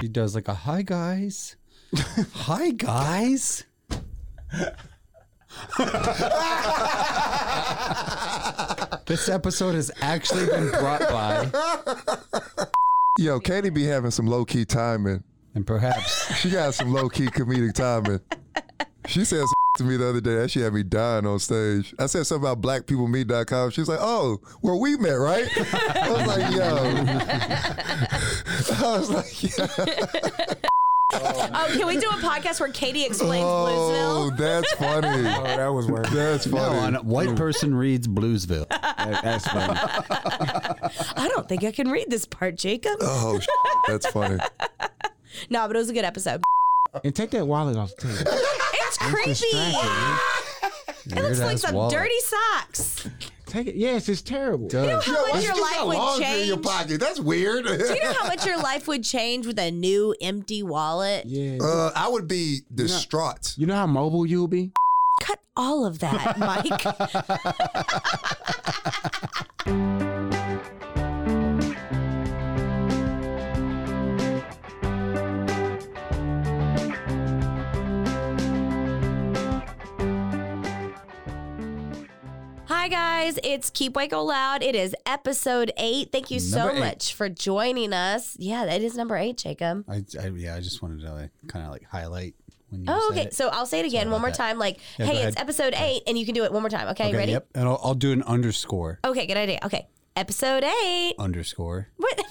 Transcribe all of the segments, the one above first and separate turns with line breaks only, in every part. She does like a hi guys. hi guys. this episode has actually been brought by
Yo, Katie be having some low key timing.
and perhaps
She got some low key comedic timing. She said some to me the other day that she had me dying on stage. I said something about blackpeoplemeet.com. She was like, oh, where we met, right? I was like, yo. I was like, yeah.
Oh, can we do a podcast where Katie explains
oh,
Bluesville?
that's funny.
Oh, that was worse.
That's funny.
on White Person Reads Bluesville.
That- that's funny.
I don't think I can read this part, Jacob.
Oh, sh- that's funny.
No, but it was a good episode.
And take that wallet off the table.
It's
It's
creepy.
distracting,
It
man.
looks like
Weird-ass
some
wallet.
dirty socks.
Take it. Yes, it's terrible.
Uh,
Does.
How much
you
your
just got
life would
laundry in your
change?
pocket. That's weird.
Do you know how much your life would change with a new empty wallet?
Yeah.
Uh, I would be distraught.
you know how mobile you'll be?
Cut all of that, Mike. Hi guys, it's Keep Waco Loud. It is episode eight. Thank you so
Number eight.
much for joining us. Yeah, that is number eight, Jacob.
I, I yeah, I just wanted to like, kind of like highlight when you
Oh,
said
okay.
it.
So I'll say it again one
about
more
that.
time. Like,
Yeah, go
hey, it's
ahead.
episode eight, and you can do it one more time. Okay,
Okay,
ready?
Yep. And I'll, I'll do an underscore.
Okay, good idea. Okay, episode eight.
Underscore.
What? that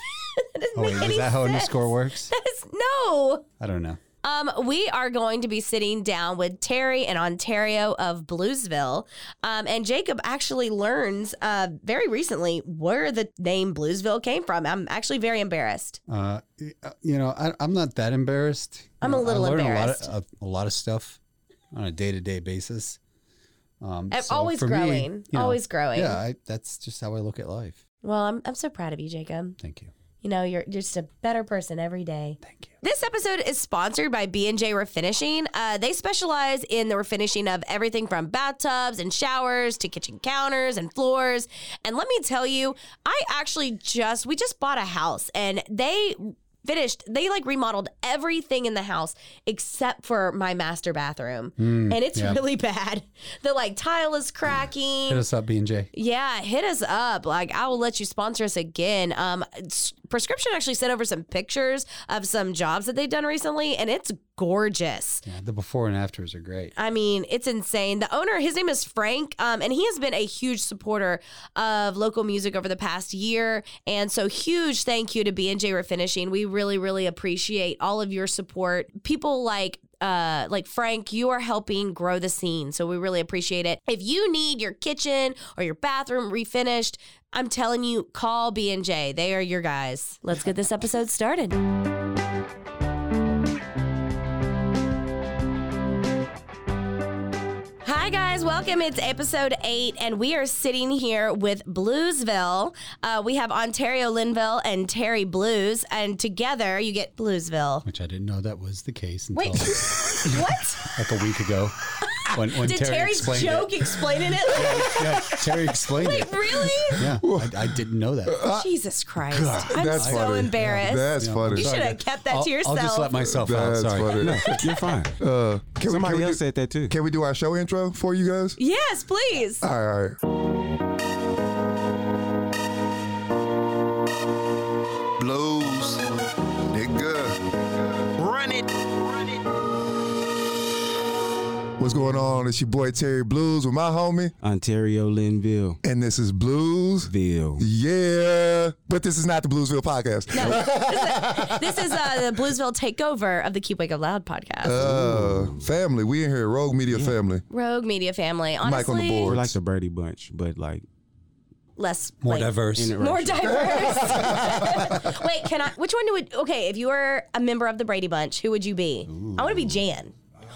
doesn't
Oh,
make
wait,
any
is that how
sense.
underscore works?
That is no.
I don't know.
Um, we are going to be sitting down with Terry in Ontario of Bluesville, um, and Jacob actually learns uh, very recently where the name Bluesville came from. I'm actually very embarrassed.
Uh, y- uh, you know, I, I'm not that embarrassed. You
I'm
know,
a little
I learn
embarrassed.
A lot, of, a, a lot of stuff on a day to day basis. Um,
I'm
so
always
for me,
growing,
you know,
always growing.
Yeah, I, that's just how I look at life.
Well, I'm I'm so proud of you, Jacob.
Thank you.
You know, you're you're just a better person every day.
Thank you.
This episode is sponsored by B&J Refinishing. Uh, they specialize in the refinishing of everything from bathtubs and showers to kitchen counters and floors. And let me tell you, I actually just we just bought a house and they finished they like remodeled everything in the house except for my master bathroom. and it's
Hmm. yeah.
really bad. The like tile is cracking.
Hit us up, B and J.
Yeah, hit us up. Like I will let you sponsor us again. Um s- prescription actually sent over some pictures of some jobs that they've done recently and it's gorgeous.
Yeah, the before and afters are great.
I mean, it's insane. The owner, his name is Frank, um, and he has been a huge supporter of local music over the past year. And so, huge thank you to B&J Refinishing. We really, really appreciate all of your support. People like uh, like Frank, you are helping grow the scene. So we really appreciate it. If you need your kitchen or your bathroom refinished, I'm telling you, call B&J. They are your guys. Let's get this episode started. Hi, guys. Welcome. It's episode eight, and we are sitting here with Bluesville. Uh, we have Ontario Linville and Terry Blues, and together you get Bluesville.
Oh.
Which I didn't know that was the case until
Wait, what?
like a week ago. When, when
Did Terry's
explained
joke
It.
explain it?
Yeah, Terry explained it.
really?
Yeah, I, I didn't know that.
Jesus Christ. I'm
Uh, That's
so
funny.
embarrassed.
That's funny.
You should have kept that
I'll,
to yourself.
I'll just let myself
That's
out. Sorry.
funny.
No, you're fine.
Uh, can, we,
Somebody
can, we do,
else said that too.
can we do our show intro for you guys?
yes, please.
All right, all right.
Blues, nigga. Run it.
What's going on? It's your boy Terry Blues with my homie,
Ontario Linville.
and this is Blues.
Ville.
Yeah, but this is not the Bluesville podcast.
this is uh, the Bluesville takeover of the Keep Wake Up Loud podcast.
Uh, family, we in here, Rogue Media family.
Rogue media family.
Mike on
Honestly,
the board.
We're like the Birdie Bunch, but like
less
More
like,
diverse.
in it
More
right.
diverse. Wait, can I? Which one would? Okay, if you were a member of the Brady Bunch, who would you be? I want to be Jan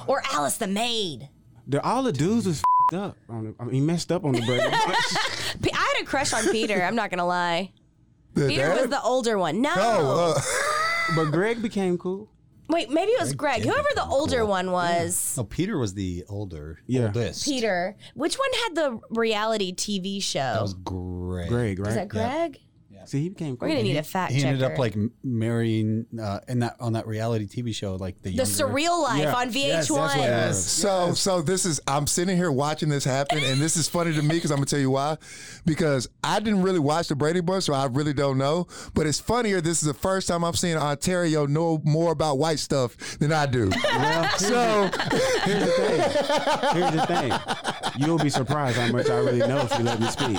or Alice the maid.
The- all the dudes was fed up. On the, I mean, he messed up on the Birdie Bunch.
P- I had a crush on Peter. I'm not gonna lie.
The
Peter
dad?
was the older one. No.
uh,
Oh,
but Greg became cool.
Wait, maybe it was Greg. Whoever the older one was.
No, Peter was the older,
Yeah.
oldest.
Peter. Which one had the reality TV show?
That was great.
Greg, right?
Is that Greg?
See, he became cool.
We're gonna need a fact
He
checker.
ended up like m- marrying uh, in that on that reality TV show, like the
the
younger-
surreal life
Yeah.
on VH1.
Yes, that's what it
uh,
was.
so so this is I'm sitting here watching this happen, and this is funny to me because I'm gonna tell you why. Because I didn't really watch the Brady Bunch, so I really don't know. But it's funnier. This is the first time I'm seeing Ontario know more about white stuff than I do. so
Here's the thing. Here's the thing. You'll be surprised how much I really know if you let me speak.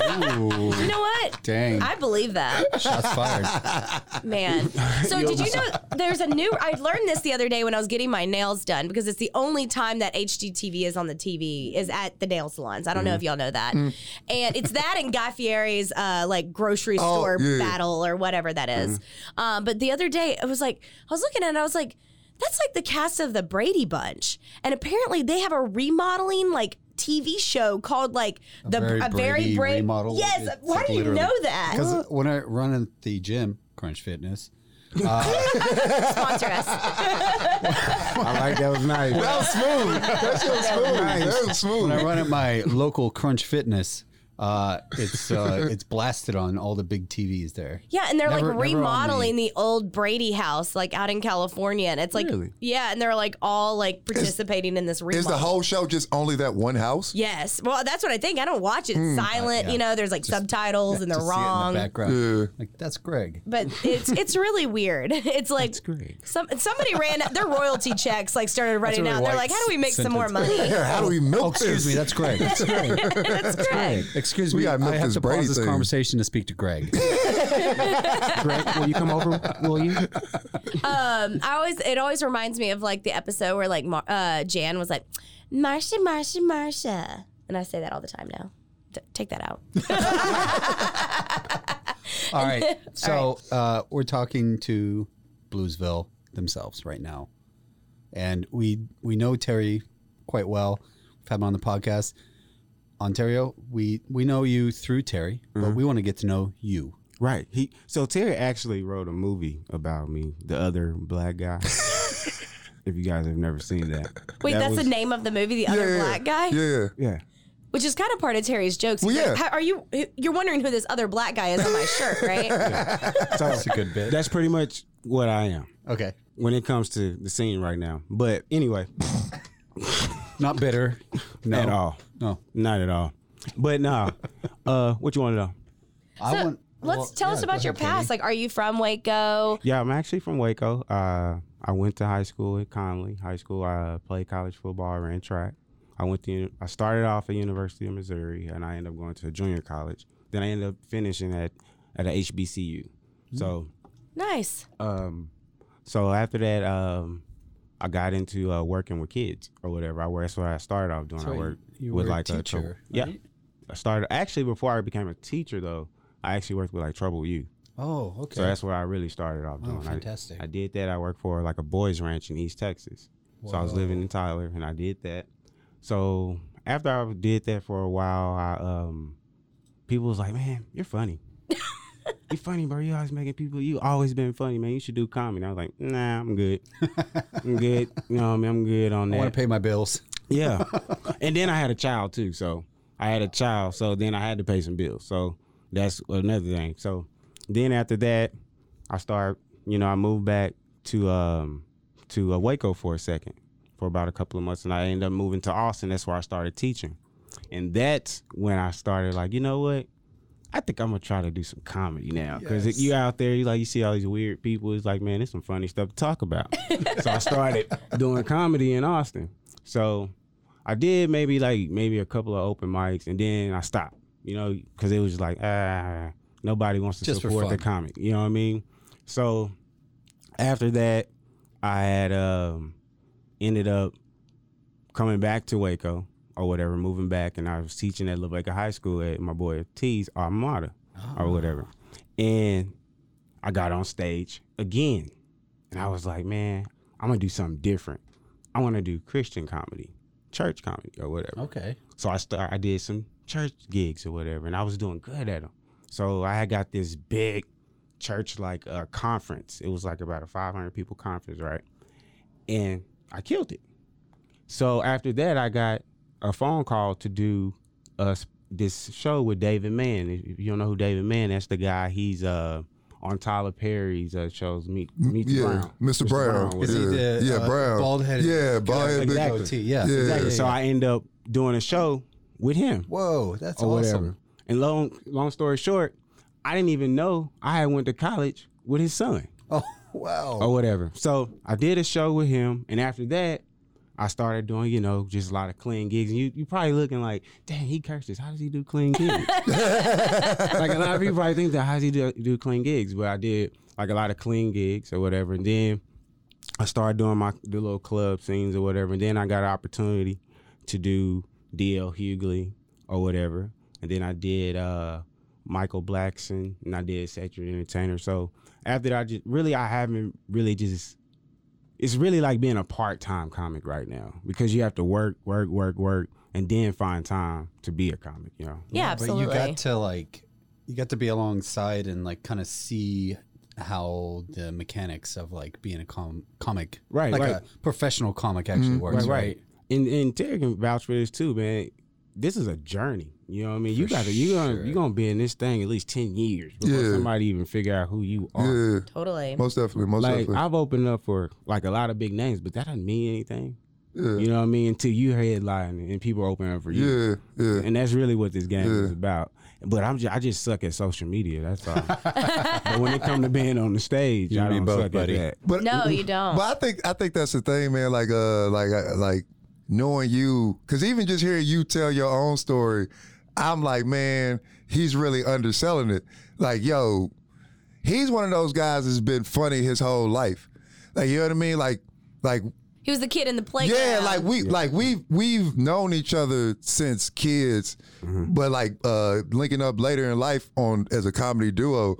Ooh.
You know what?
Dang.
I believe that.
Shots fired.
Man. So did you know there's a new I learned this the other day when I was getting my nails done because it's the only time that HGTV is on the TV is at the nail salons. I don't
Mm.
know if y'all know that. And it's that and Guy Fieri's uh, like grocery
Oh,
store
yeah.
battle or whatever that is.
Mm-hmm.
Um, but the other day it was like I was looking at it I was like that's like the cast of the Brady Bunch. And apparently they have a remodeling like TV show called like the
Very
a very
Brady
Bra-
remodel.
Yes,
It's
why
like
do you
literally-
know that?
Because when I run at the gym, Crunch Fitness,
Sponsor us.
I like that was nice.
that was smooth. That shit was smooth. That was
when I
smooth.
run at my local Crunch Fitness, uh, it's uh, it's blasted on all the big TVs there.
Yeah, and they're
Never-
like
never on
remodeling the old Brady house, like out in California, and it's like,
Really?
yeah, and they're like all like participating in this remodel.
Is the whole show just only that one house?
Yes, well, that's what I think. I don't watch it. It's silent, you know. There's like subtitles, and they're
To see it in the
wrong.
background.
Yeah.
Like that's Greg.
but it's it's really weird. It's like
great.
some somebody ran their royalty checks like started running
really
out. They're
white
like, how do we make some more
sentence.
money?
Yeah, how do we milk
Oh, excuse me,
this?
that's Greg. That's Greg.
That's great.
Excuse
We
me,
gotta milk
I have
this
to
Brady
pause this
thing.
conversation to speak to Greg.
Greg, will you come over? Will you?
Um, I always it always reminds me of like the episode where like Mar- uh, Jan was like, Marsha, Marsha, Marsha, and I say that all the time now. T- take that out.
All right. So Uh, we're talking to Bluesville themselves right now, and we we know Terry quite well. We've had him on the podcast. Ontario, we we know you through Terry, but we want to get to know you.
Right. He so Terry actually wrote a movie about me, the other black guy. if you guys have never seen that.
Wait,
That
that's
was-
the name of the movie, The Other
Yeah.
Black Guy,
Yeah.
Yeah.
which is kind of part of Terry's jokes.
Well,
He's
yeah.
like, "How- are you? You're wondering who this other black guy is on my shirt, right?
That's a good bit.
That's pretty much what I am
Okay,
when it comes to the scene right now. But anyway,
not bitter, no.
at all.
No,
Not at all. But nah. uh what you want to know?
I want.
Let's
well,
tell
yeah,
us
go
about your
ahead, Terry.
past. Like, are you from Waco?
Yeah, I'm actually from Waco. Uh, I went to high school at Conley High School. I played college football, ran track. I went to I started off at University of Missouri, and I ended up going to a junior college. Then I ended up finishing at at a HBCU. So,
Nice.
Mm-hmm.
um, so after that, um, I got into uh, working with kids or whatever. I work. That's what I started off doing.
So
I
you-
worked
you
with
were a
like a trou-
teacher,
yeah.
right?
I started actually before I became a teacher though. I actually worked with like Trouble Youth.
Oh, okay. Oh,
So that's where I really started off doing. I-
fantastic.
I, did that. I worked for like a boys ranch in East Texas. So I was living in Tyler and I did that. So after I did that for a while, I um people was like, Man, you're funny. you funny, bro. You always making people you always been funny, man. You should do comedy. I was like, nah, I'm good. I'm good. You know what I mean? I'm good on
I
that.
want to pay my bills.
Yeah. and then I had a child too. So I had a child. So then I had to pay some bills. So that's another thing. So then after that, I start, you know, I moved back to um to uh, Waco for a second for about a couple of months and I ended up moving to Austin. That's where I started teaching. And that's when I started like, you know what? I think I'm gonna try to do some comedy now because
Yes.
you out there, you like you see all these weird people. It's like, man, there's some funny stuff to talk about. so I started doing comedy in Austin. So I did maybe like maybe a couple of open mics, and then I stopped. You know, because it was just like ah, nobody wants to
Just for
support the
fun.
comic. You know what I mean? So after that, I had um, ended up coming back to Waco or whatever, moving back, and I was teaching at Lavaca High School at my boy T's alma mater
Uh-huh.
or whatever. And I got on stage again, and I was like, man, I'm gonna do something different. I want to do Christian comedy, church comedy, or whatever.
Okay.
So I start, I did some church gigs or whatever, and I was doing good at them. So I had got this big church like uh, conference. It was like about a 500 people conference, right? And I killed it. So after that, I got a phone call to do uh, this show with David Mann. If if you don't know who David Mann, that's the guy. He's uh, on Tyler Perry's uh, shows. Meet, Meet the
yeah,
Brown.
Mr. Brown.
whatever.
yeah,
the,
yeah,
uh,
Brown.
bald-headed
Yeah, bald headed.
Exactly.
Big OT. Yeah.
Yeah.
Exactly. So I end up doing a show with him
Whoa, that's
or
awesome.
whatever. And long long story short, I didn't even know I had went to college with his son
Oh, wow.
or whatever. So I did a show with him, and after that, I started doing you know just a lot of clean gigs. And you you probably looking like, dang, he curses. How does he do clean gigs? like a lot of people probably think that how does he do, do clean gigs? But I did like a lot of clean gigs or whatever, and then I started doing my the little club scenes or whatever, and then I got an opportunity to do DL Hughley or whatever, and then I did uh, Michael Blackson and I did Saturday Entertainer. So after that, I just really I haven't really just. It's really like being a part time comic right now because you have to work, work, work, work, and then find time to be a comic. You know.
Yeah, absolutely.
But you got to like, you got to be alongside and like kind of see how the mechanics of like being a com- comic,
Right,
Like
right. Mm-hmm.
a professional comic actually works, right?
And and Terry can vouch for this too, man. This is a journey. You know what I mean? You got to you gonna you gonna be in this thing at least ten years before
Yeah.
somebody even figure out who you are.
Yeah,
totally.
most definitely. Most
Oh. Like
definitely.
I've opened up for like a lot of big names, but that doesn't mean anything.
Yeah.
You know what I mean? Until you headline and people open up for you.
yeah, yeah.
And that's really what this game is
Yeah.
about. But I'm just, I just suck at social media. That's all. but when it comes to being on the stage,
You
I
and me
don't
both,
suck
buddy.
at that.
But
No, you don't.
But I think I think that's the thing, man. Like uh, like uh, like knowing you, because even just hearing you tell your own story, I'm like, man, he's really underselling it. Like, yo, he's one of those guys that's been funny his whole life. Like, you know what I mean? Like, like
He was the kid in the playground.
yeah, like we like we've we've known each other since kids, but like uh linking up later in life on as a comedy duo.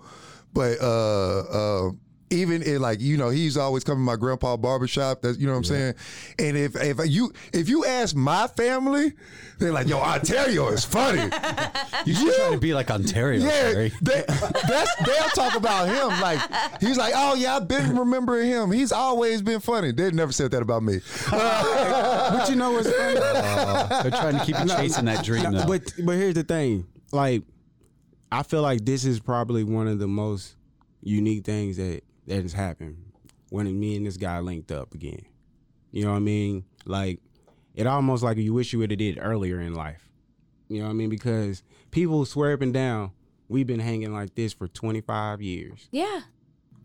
But uh uh even in like you know he's always coming to my grandpa barbershop that's you know what i'm saying and if if you if you ask my family they're like yo ontario is funny
You should try to be like Ontario.
yeah,
Terry.
they, that's they'll talk about him. Like he's like, oh yeah, I've been remembering him. He's always been funny. They never said that about me. Uh,
But you know what's funny?
Uh, they're trying to keep you chasing that dream,
No,
though.
But but here's the thing. Like, I feel like this is probably one of the most unique things that that has happened when me and this guy linked up again. You know what I mean? Like, it almost like you wish you would have did earlier in life. You know what I mean? Because people swear up and down, we've been hanging like this for 25 years,
yeah.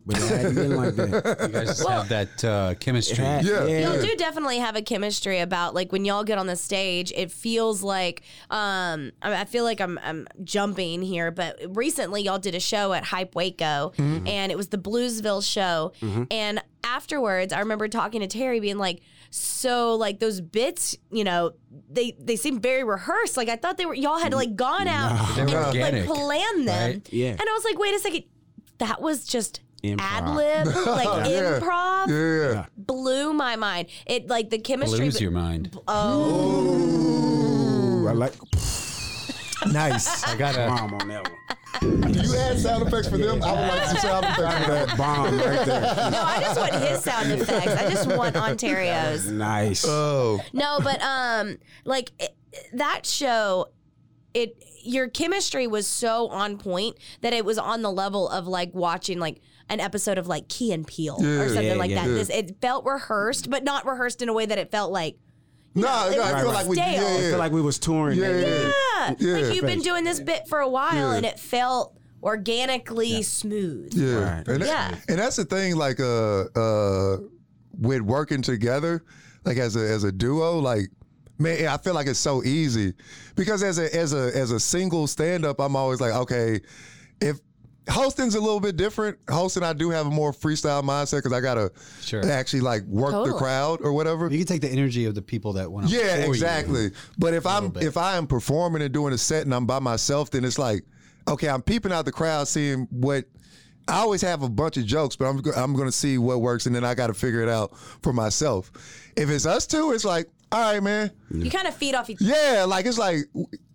but it hadn't been like that.
you guys just have that uh,
It
chemistry.
had-
Yeah.
Y'all do definitely have a chemistry about like when y'all get on the stage, it feels like um I I feel like I'm I'm jumping here, but recently y'all did a show at Hype Waco and it was the Bluesville show. And afterwards I remember talking to Terry being like, so like those bits, you know, they they seem very rehearsed. Like I thought they were y'all had like gone out
They
and
were
like
organic,
planned them.
right?
Yeah.
And I was like, wait a second, that was just
Improv.
ad lib, like
Yeah.
improv
yeah.
blew my mind. It like the chemistry.
Lose
be-
your mind.
Oh,
Ooh, I like
Nice.
I got a
mom on that one.
You had sound effects for them. I would like some sound effects for that.
Bomb right there.
No, I just want his sound effects. I just want Ontario's.
nice.
Oh,
No, but um, like it, that show, it your chemistry was so on point that it was on the level of like watching like an episode of like Key and Peele or
Yeah.
something
Yeah,
like
yeah.
that.
Yeah.
This it felt rehearsed, but not rehearsed in a way that it felt like
nah,
it
nah, I
was
feel like we.
stale.
Yeah,
I
I feel like we was touring.
yeah,
that
yeah.
day.
yeah,
Yeah.
"Ah, like you've been doing this bit for a while,
Yeah.
and it felt organically smooth.
Yeah.
Right.
And, that-
Yeah.
and that's the thing, like uh uh with working together, like as a as a duo, like man, I feel like it's so easy. Because as a as a as a single stand up, I'm always like, okay, if hosting's a little bit different. Hosting I do have a more freestyle mindset because I gotta
Sure.
actually like work the
Totally.
crowd or whatever.
You can take the energy of the people that want to.
Yeah, exactly. But if I'm if I am performing and doing a set and I'm by myself, then it's like, okay, I'm peeping out the crowd, seeing what. I always have a bunch of jokes, but I'm go- I'm going to see what works, and then I got to figure it out for myself. If it's us two, it's like, all right, man,
You kind of feed off each.
yeah, like it's like,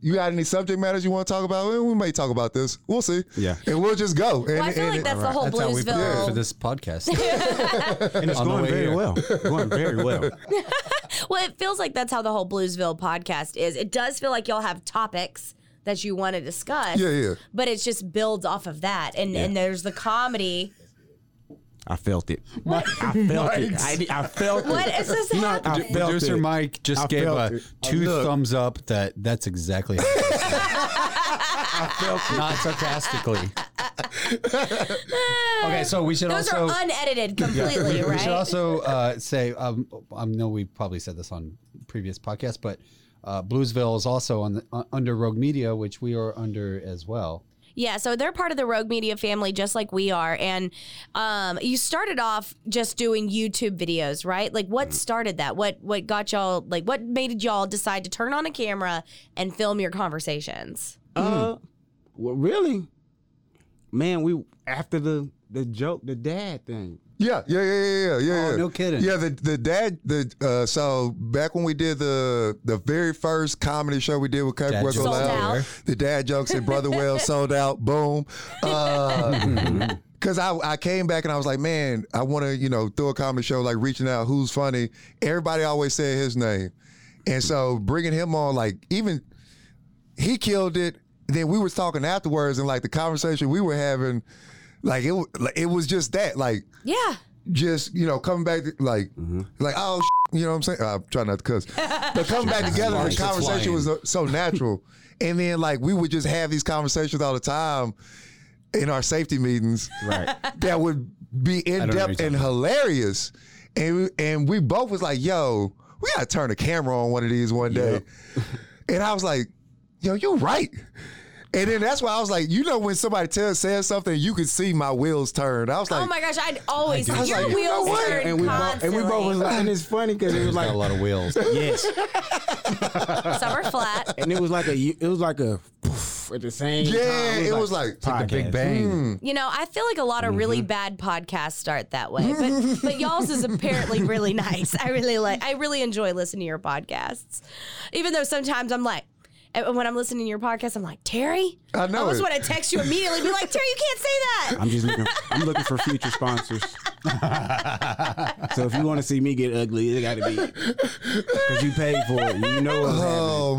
you got any subject matters you want to talk about? Well, we may talk about this. We'll see.
Yeah.
and we'll just go. And,
Well, I feel
and
like
it-
that's the whole
That's how we prepared for
Bluesville.
this podcast.
And it's
On the
going
way
very
here.
well. Going very well.
Well, it feels like that's how the whole Bluesville podcast is. It does feel like y'all have topics that you want to discuss.
Yeah, yeah.
But it just builds off of that, and and there's the comedy.
I felt it. I felt it. I, I felt it.
What is this
No, I
happening?
felt
Producer
it.
Mike just
I
gave
felt
a
it.
two
Look.
thumbs up that that's exactly how it is. not sarcastically. okay, so we should
Those
also
are unedited completely,
we should
right?
also uh, say um, I know we probably said this on previous podcasts, but uh, Bluesville is also on the, uh, under Rogue Media, which we are under as well.
Yeah, so they're part of the Rogue Media family, just like we are. And um, you started off just doing YouTube videos, right? Like,
Mm.
what started that? What what got y'all? Like, what made y'all decide to turn on a camera and film your conversations?
Uh, well, really, man. We after the the joke, the dad thing.
Yeah, yeah, yeah, yeah, yeah, yeah.
Oh,
yeah.
no kidding.
Yeah, the the dad the uh, so back when we did the the very first comedy show we did with Cut
Dad
Brother
jokes.
Sold
Loud,
out.
the dad jokes at Brotherwell sold out. Boom.
Mm-hmm.
Uh, Cause I, I came back and I was like, man, I want to you know throw a comedy show like reaching out. Who's funny? Everybody always said his name, and so bringing him on like even he killed it. Then we was talking afterwards and like the conversation we were having, like it wa- like, it was just that like
Yeah,
just you know coming back to, like
Mm-hmm.
like oh sh-, you know what I'm saying I'm trying not to cuss but coming back together the
Marshall's
conversation
lying.
was uh, so natural and then like we would just have these conversations all the time in our safety meetings
Right.
that would be in
don't know
depth
what you're
and hilarious and we, and we both was like yo we gotta turn the camera on one of these one day and I was like yo you're right. And then that's why I was like, you know, when somebody tells says something, you could see my wheels turn. I was like,
oh my gosh, I'd always
I do
your
like-
wheels
You know what?
turn
And we both, and
constantly.
we both was like, and it's funny because it was
Got a lot
like
of wheels.
yes,
some are flat.
and it was like a it was like a poof at the same time.
Yeah, it was like- It's like
the Big
podcast.
Bang.
Hmm.
You know, I feel like a lot of really bad podcasts start that way, but but y'all's is apparently really nice. I really like. I really enjoy listening to your podcasts, even though sometimes I'm like. and When I'm listening to your podcast, I'm like Terry.
I know
almost
it.
want to text you immediately, be like, Terry, you can't say that.
I'm just looking. I'm looking for future sponsors. so if you want to see me get ugly, it got to be because you paid for it. You know what's happening.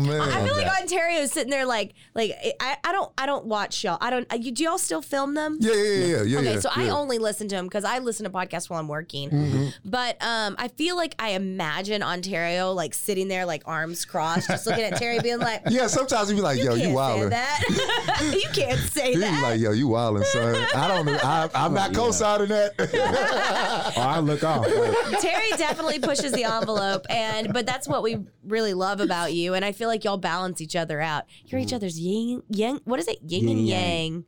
Oh man!
I feel like Ontario's sitting there like, like I, I don't, I don't watch y'all. I don't. uh, You, do y'all still film them?
yeah, yeah, yeah, yeah, yeah.
Okay,
yeah,
so I
yeah. Mm-hmm.
only listen to them because I listen to podcasts while I'm working. But um, I feel like I imagine Ontario like sitting there, like arms crossed, just looking at Terry, being like,
Yeah, sometimes you be like,
"You
yo,
can't
you
say
wildin'.
that. you can't say
You be
that."
like, yo, you wildin', son. I don't know. I, I'm not
Yeah.
co-signing that.
Uh-huh.
Oh, I look off. Like,
Terry definitely pushes the envelope, and but that's what we really love about you. And I feel like y'all balance each other out. You're
Mm-hmm.
each other's yin, yang. What is it? Yin,
Yin
and
yang.
yang.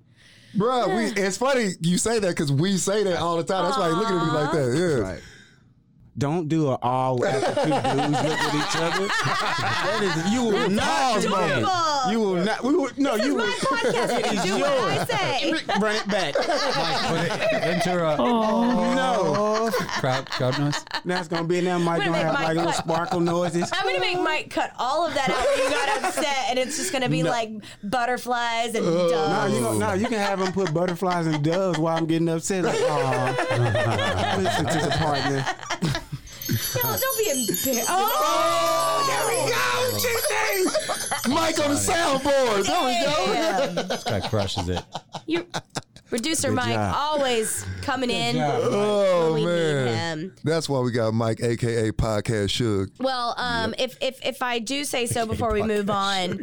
Bruh, we, it's funny you say that because we say that all the time. That's why you look at me like that. Yeah.
like, Don't do an all after two dudes look at each other. That is, you will not.
doable.
You will not. We will, no, you will.
My podcast, you
It's
can do what I say.
Run it back.
Like, put it into a
No.
crowd, crowd noise.
Now it's gonna be in there. Mike
I'm
gonna have
gonna make
like
Mike
little
cut.
sparkle noises.
I'm gonna make Mike cut all of that out when you got upset, and it's just gonna be like butterflies and
Oh,
doves.
No, you, gonna, no, you can have him put butterflies and doves while I'm getting upset. Like, aw, listen to the partner.
Y'all don't be embarrassed. Oh, there we go.
Mike on the soundboard. There we go.
This guy crushes it.
You, producer
Good
Mike,
job.
always coming in.
job, Mike.
Oh
we need
man,
him.
that's why we got Mike, aka Podcast Shug.
Well, um, if, if if I do say so before we move on,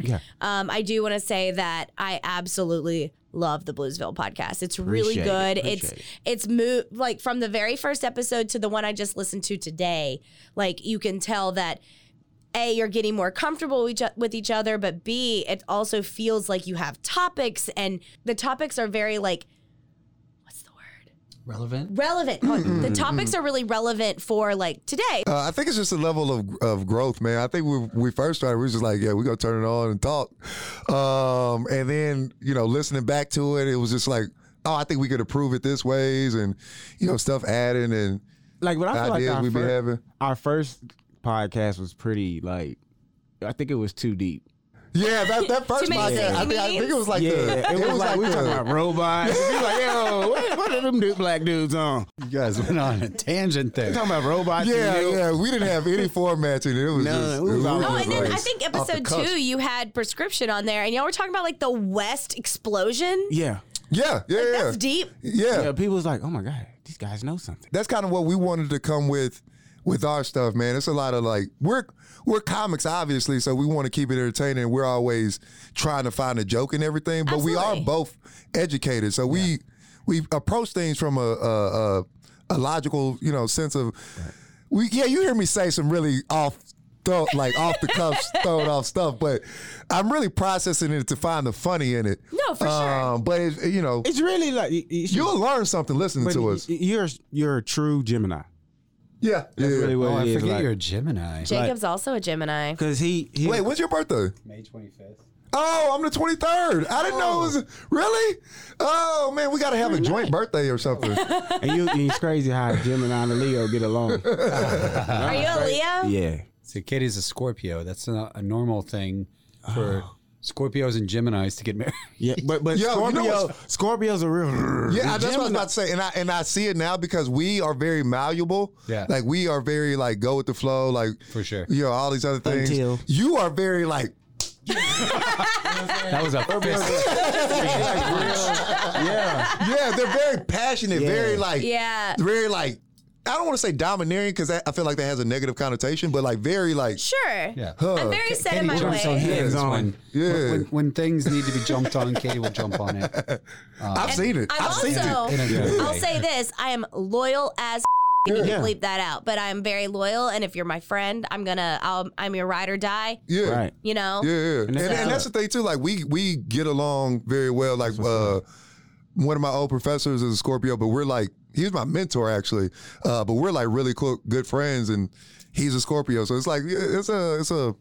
Yeah.
um, I do want to say that I absolutely love the Bluesville podcast. It's really
Appreciate it,
good. it's
appreciate it.
it's moved like from the very first episode to the one I just listened to today. Like you can tell that a you're getting more comfortable with each- with each other, but b it also feels like you have topics, and the topics are very like what's the word
Relevant.
relevant.
Mm-hmm.
the topics are really relevant for like today.
Uh, I think it's just a level of, of growth, man. I think we we first started, we was just like, yeah, we're gonna turn it on and talk. Um, and then, you know, listening back to it, it was just like, oh, I think we could improve it this ways and you know, stuff adding and
Like, but I feel like
ideas
our,
we
fir-
be having.
our first podcast was pretty like, I think it was too deep.
Yeah, that, that first
many
podcast, I
safety
think, I think it was like
yeah,
the
it was, like, we were talking about robots. we were like, yo, what, what are them dude, black dudes on?
You guys went on a tangent there.
Talking about robots.
yeah,
and milk.
yeah, we didn't have any format to it. It was
No,
just,
it was all
Oh,
over
and
the
then
place.
I think
off the
episode
cuff.
two, you had prescription on there, and y'all were talking about like the West explosion.
yeah,
yeah, yeah, yeah.
That's deep.
yeah.
yeah. People was like, oh my god, these guys know something.
that's kind of what we wanted to come with with our stuff, man. It's a lot of like we're we're comics, obviously, so we want to keep it entertaining. We're always trying to find a joke and everything, but we are
Absolutely.
both educated, so we we approach things from a a, a, a logical, you know, sense of we. Yeah, you hear me say some really off. Throw, like off the cuff, thrown off stuff, but I'm really processing it to find the funny in it. Um,
No, for sure.
But it, you know,
It's really like you, you should-
you'll learn something listening
but
to
y-
us.
y- You're you're a true Gemini.
yeah,
That's really what
Oh,
it
I
is,
forget
like-
you're a Gemini.
Jacob's also a Gemini.
Cause he, he
Wait, when's your birthday?
May 25th.
Oh, I'm the 23rd. I didn't know it was really. Oh man, we gotta have a joint birthday or something.
and you, it's crazy how Gemini and Leo get along.
Are you a Leo?
yeah,
So Katie's a Scorpio. That's not a normal thing for
Oh.
Scorpios and Geminis to get married.
yeah, but but
Yo, you know
Scorpio,
what's-
Scorpios are real.
yeah, I- that's what I was
Gemini-
about to say, and I and I see it now because we are very malleable.
Yeah.
like we are very like go with the flow, like
For sure.
You know all these other things.
Until-
You are very like
That was a fist.
yeah,
yeah, they're very passionate, very like
Yeah.
very like. I don't want to say domineering because I feel like that has a negative connotation, but like very like
Sure.
Yeah.
huh.
I'm very set in
Katie
my
jumps on
way.
hands
Hands on.
when,
Yeah.
when, when, when things need to be jumped on, Katie will jump on it.
I've seen it.
I'm
I've seen it.
also,
In a good
I'll
way.
say this I am loyal as. You can bleep that out, but I'm very loyal, and if you're my friend, I'm gonna, I'll, I'm your ride or die.
Yeah,
right.
You know,
Yeah, yeah. And,
that's
and,
what's
that's the thing too. Like we we get along very well. Like uh, one of my old professors is a Scorpio, but we're like he was my mentor actually. Uh, but we're like really cool, good friends, and he's a Scorpio, so it's like yeah, it's a it's a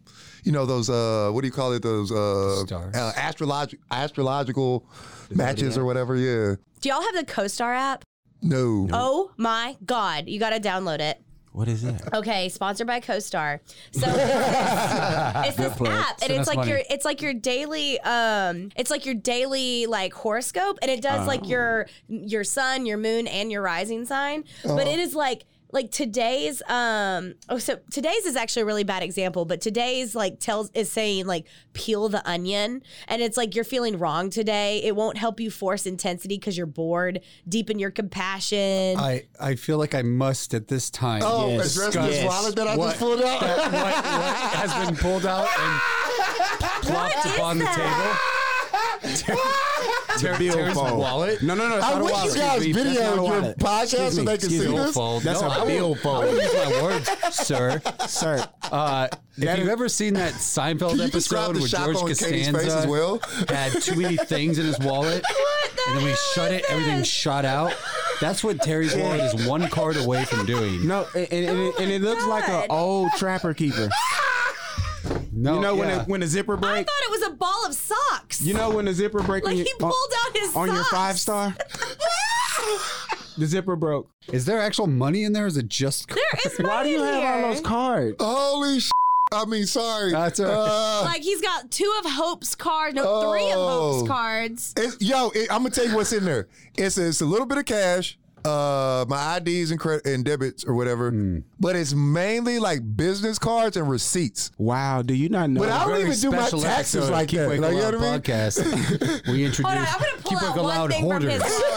you know those uh what do you call it those uh,
Stars.
uh astrologic astrological matches or whatever. Yeah,
do y'all have the CoStar app?
no.
Oh my God, you gotta download it.
What is that?
Okay, sponsored by CoStar. So it's this app, and
Send us
it's like
money.
your it's like your daily um it's like your daily like horoscope, and it does like your your sun, your moon, and your rising sign. But it is like like today's um oh so today's is actually a really bad example but today's like tells is saying like peel the onion and it's like you're feeling wrong today it won't help you force intensity because you're bored deepen your compassion
I, I feel like I must at this time.
Oh, address
discuss
this wallet that I
what-
just pulled out.
that- what, what has been pulled out and plopped
is
upon the table? Ter- Ter- Ter's
Billfold.
wallet.
No, no, no. it's
I
not a
wish you
wallet.
guys
Excuse me, that's
videoed
not
your
a wallet.
podcast
Excuse
so
me,
they can
excuse
see
me.
this.
Billfold.
That's
no,
a
I wouldn't- I
billfold.
wouldn't use my words, sir.
Sir,
Uh, if you've ever seen that Seinfeld
Can you describe
episode
Oh, the
where
shock
George
on Katie's face
Costanza
as well?
had too many things in his wallet,
What the
and then we
hell
shut
is
it, everything
this?
shot out. That's what Terry's Ward is one card away from doing.
No, and, and, and, it, and it looks like an old trapper keeper.
No,
you know when
yeah.
the, when the zipper
I
break.
thought it was a ball of socks.
You know when the zipper break.
Like
on your,
he pulled out his
on, on your
socks.
five star. the zipper broke.
is there actual money in there? Or is it just?
there is money
Why do you
in
have
here.
all those cards?
Holy sh- I mean, sorry.
That's all right.
Uh,
Like he's got two of Hope's cards, no, three of
Oh.
Hope's cards.
It's, yo, it, I'm gonna tell you what's in there. It's it's a little bit of cash, uh, my IDs and credit and debits or whatever, but it's mainly like business cards and receipts.
Wow, do you not know?
But I don't
Very
even do my
special
taxes
episode of
like
Keep
that.
Wake
Like, you
Aloud
know what I mean?
podcast. We introduced
Hold on, I'm gonna pull
Keep Wake
out one
Aloud
thing from
hoarders.
his.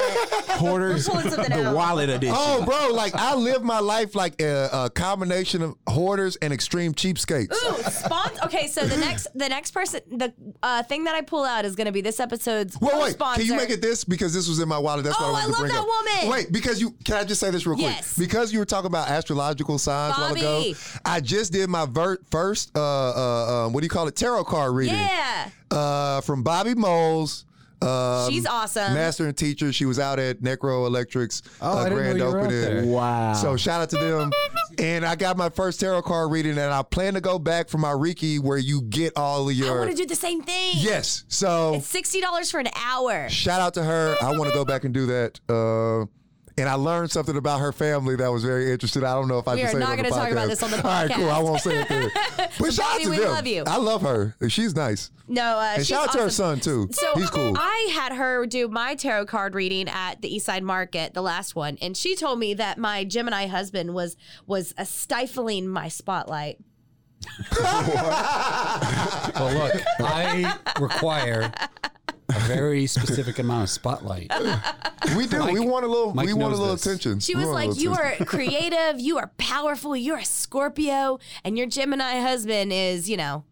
Hoarders,
We're pulling something
the
out.
wallet edition.
Oh, bro, like I live my life like a, a combination of hoarders and extreme cheapskates.
Ooh, spons- Okay, so the next, the next person, the uh, thing that I pull out is gonna be this episode's
Wait, wait.
sponsor.
Can you make it this because this was in my wallet? That's
Oh,
what I wanted
I love
to bring
that
up.
woman.
Wait, because you can I just say this real quick?
Yes.
Because you were talking about astrological signs
Bobby.
a while ago. I just did my ver- first uh, uh, um, what do you call it tarot card reading?
Yeah,
Uh, from Bobby Moles. Um,
she's awesome.
Master and teacher. She was out at Necro Electrics
Oh, I
uh,
didn't know
grand
you were out there.
opening.
Wow.
So shout out to them. And I got my first tarot card reading, and I plan to go back for my Reiki where you get all of
I
your
want to do the same thing.
yes. So
It's sixty dollars for an hour.
Shout out to her. I want to go back and do that. Uh, and I learned something about her family that was very interesting. I don't know if I
We
can
are
say it
not
on the
gonna talk about
podcast.
this on the
All right, cool. I won't say it there. But shout out
Bobby,
to
we
them.
love you.
I love her. She's nice.
No, uh,
And
she's
shout out to her son
awesome.
too.
So um,
He's cool.
I had her do my tarot card reading at the East Side Market, the last one, and she told me that my Gemini husband was was uh, stifling my spotlight.
Well, look, I require a very specific amount of spotlight.
we do. we want a little.
Mike
we want a
knows
little
this.
attention.
She
We
was
want a
like,
little
"You
attention."
are creative, you are powerful, you're a Scorpio, and your Gemini husband is, you know,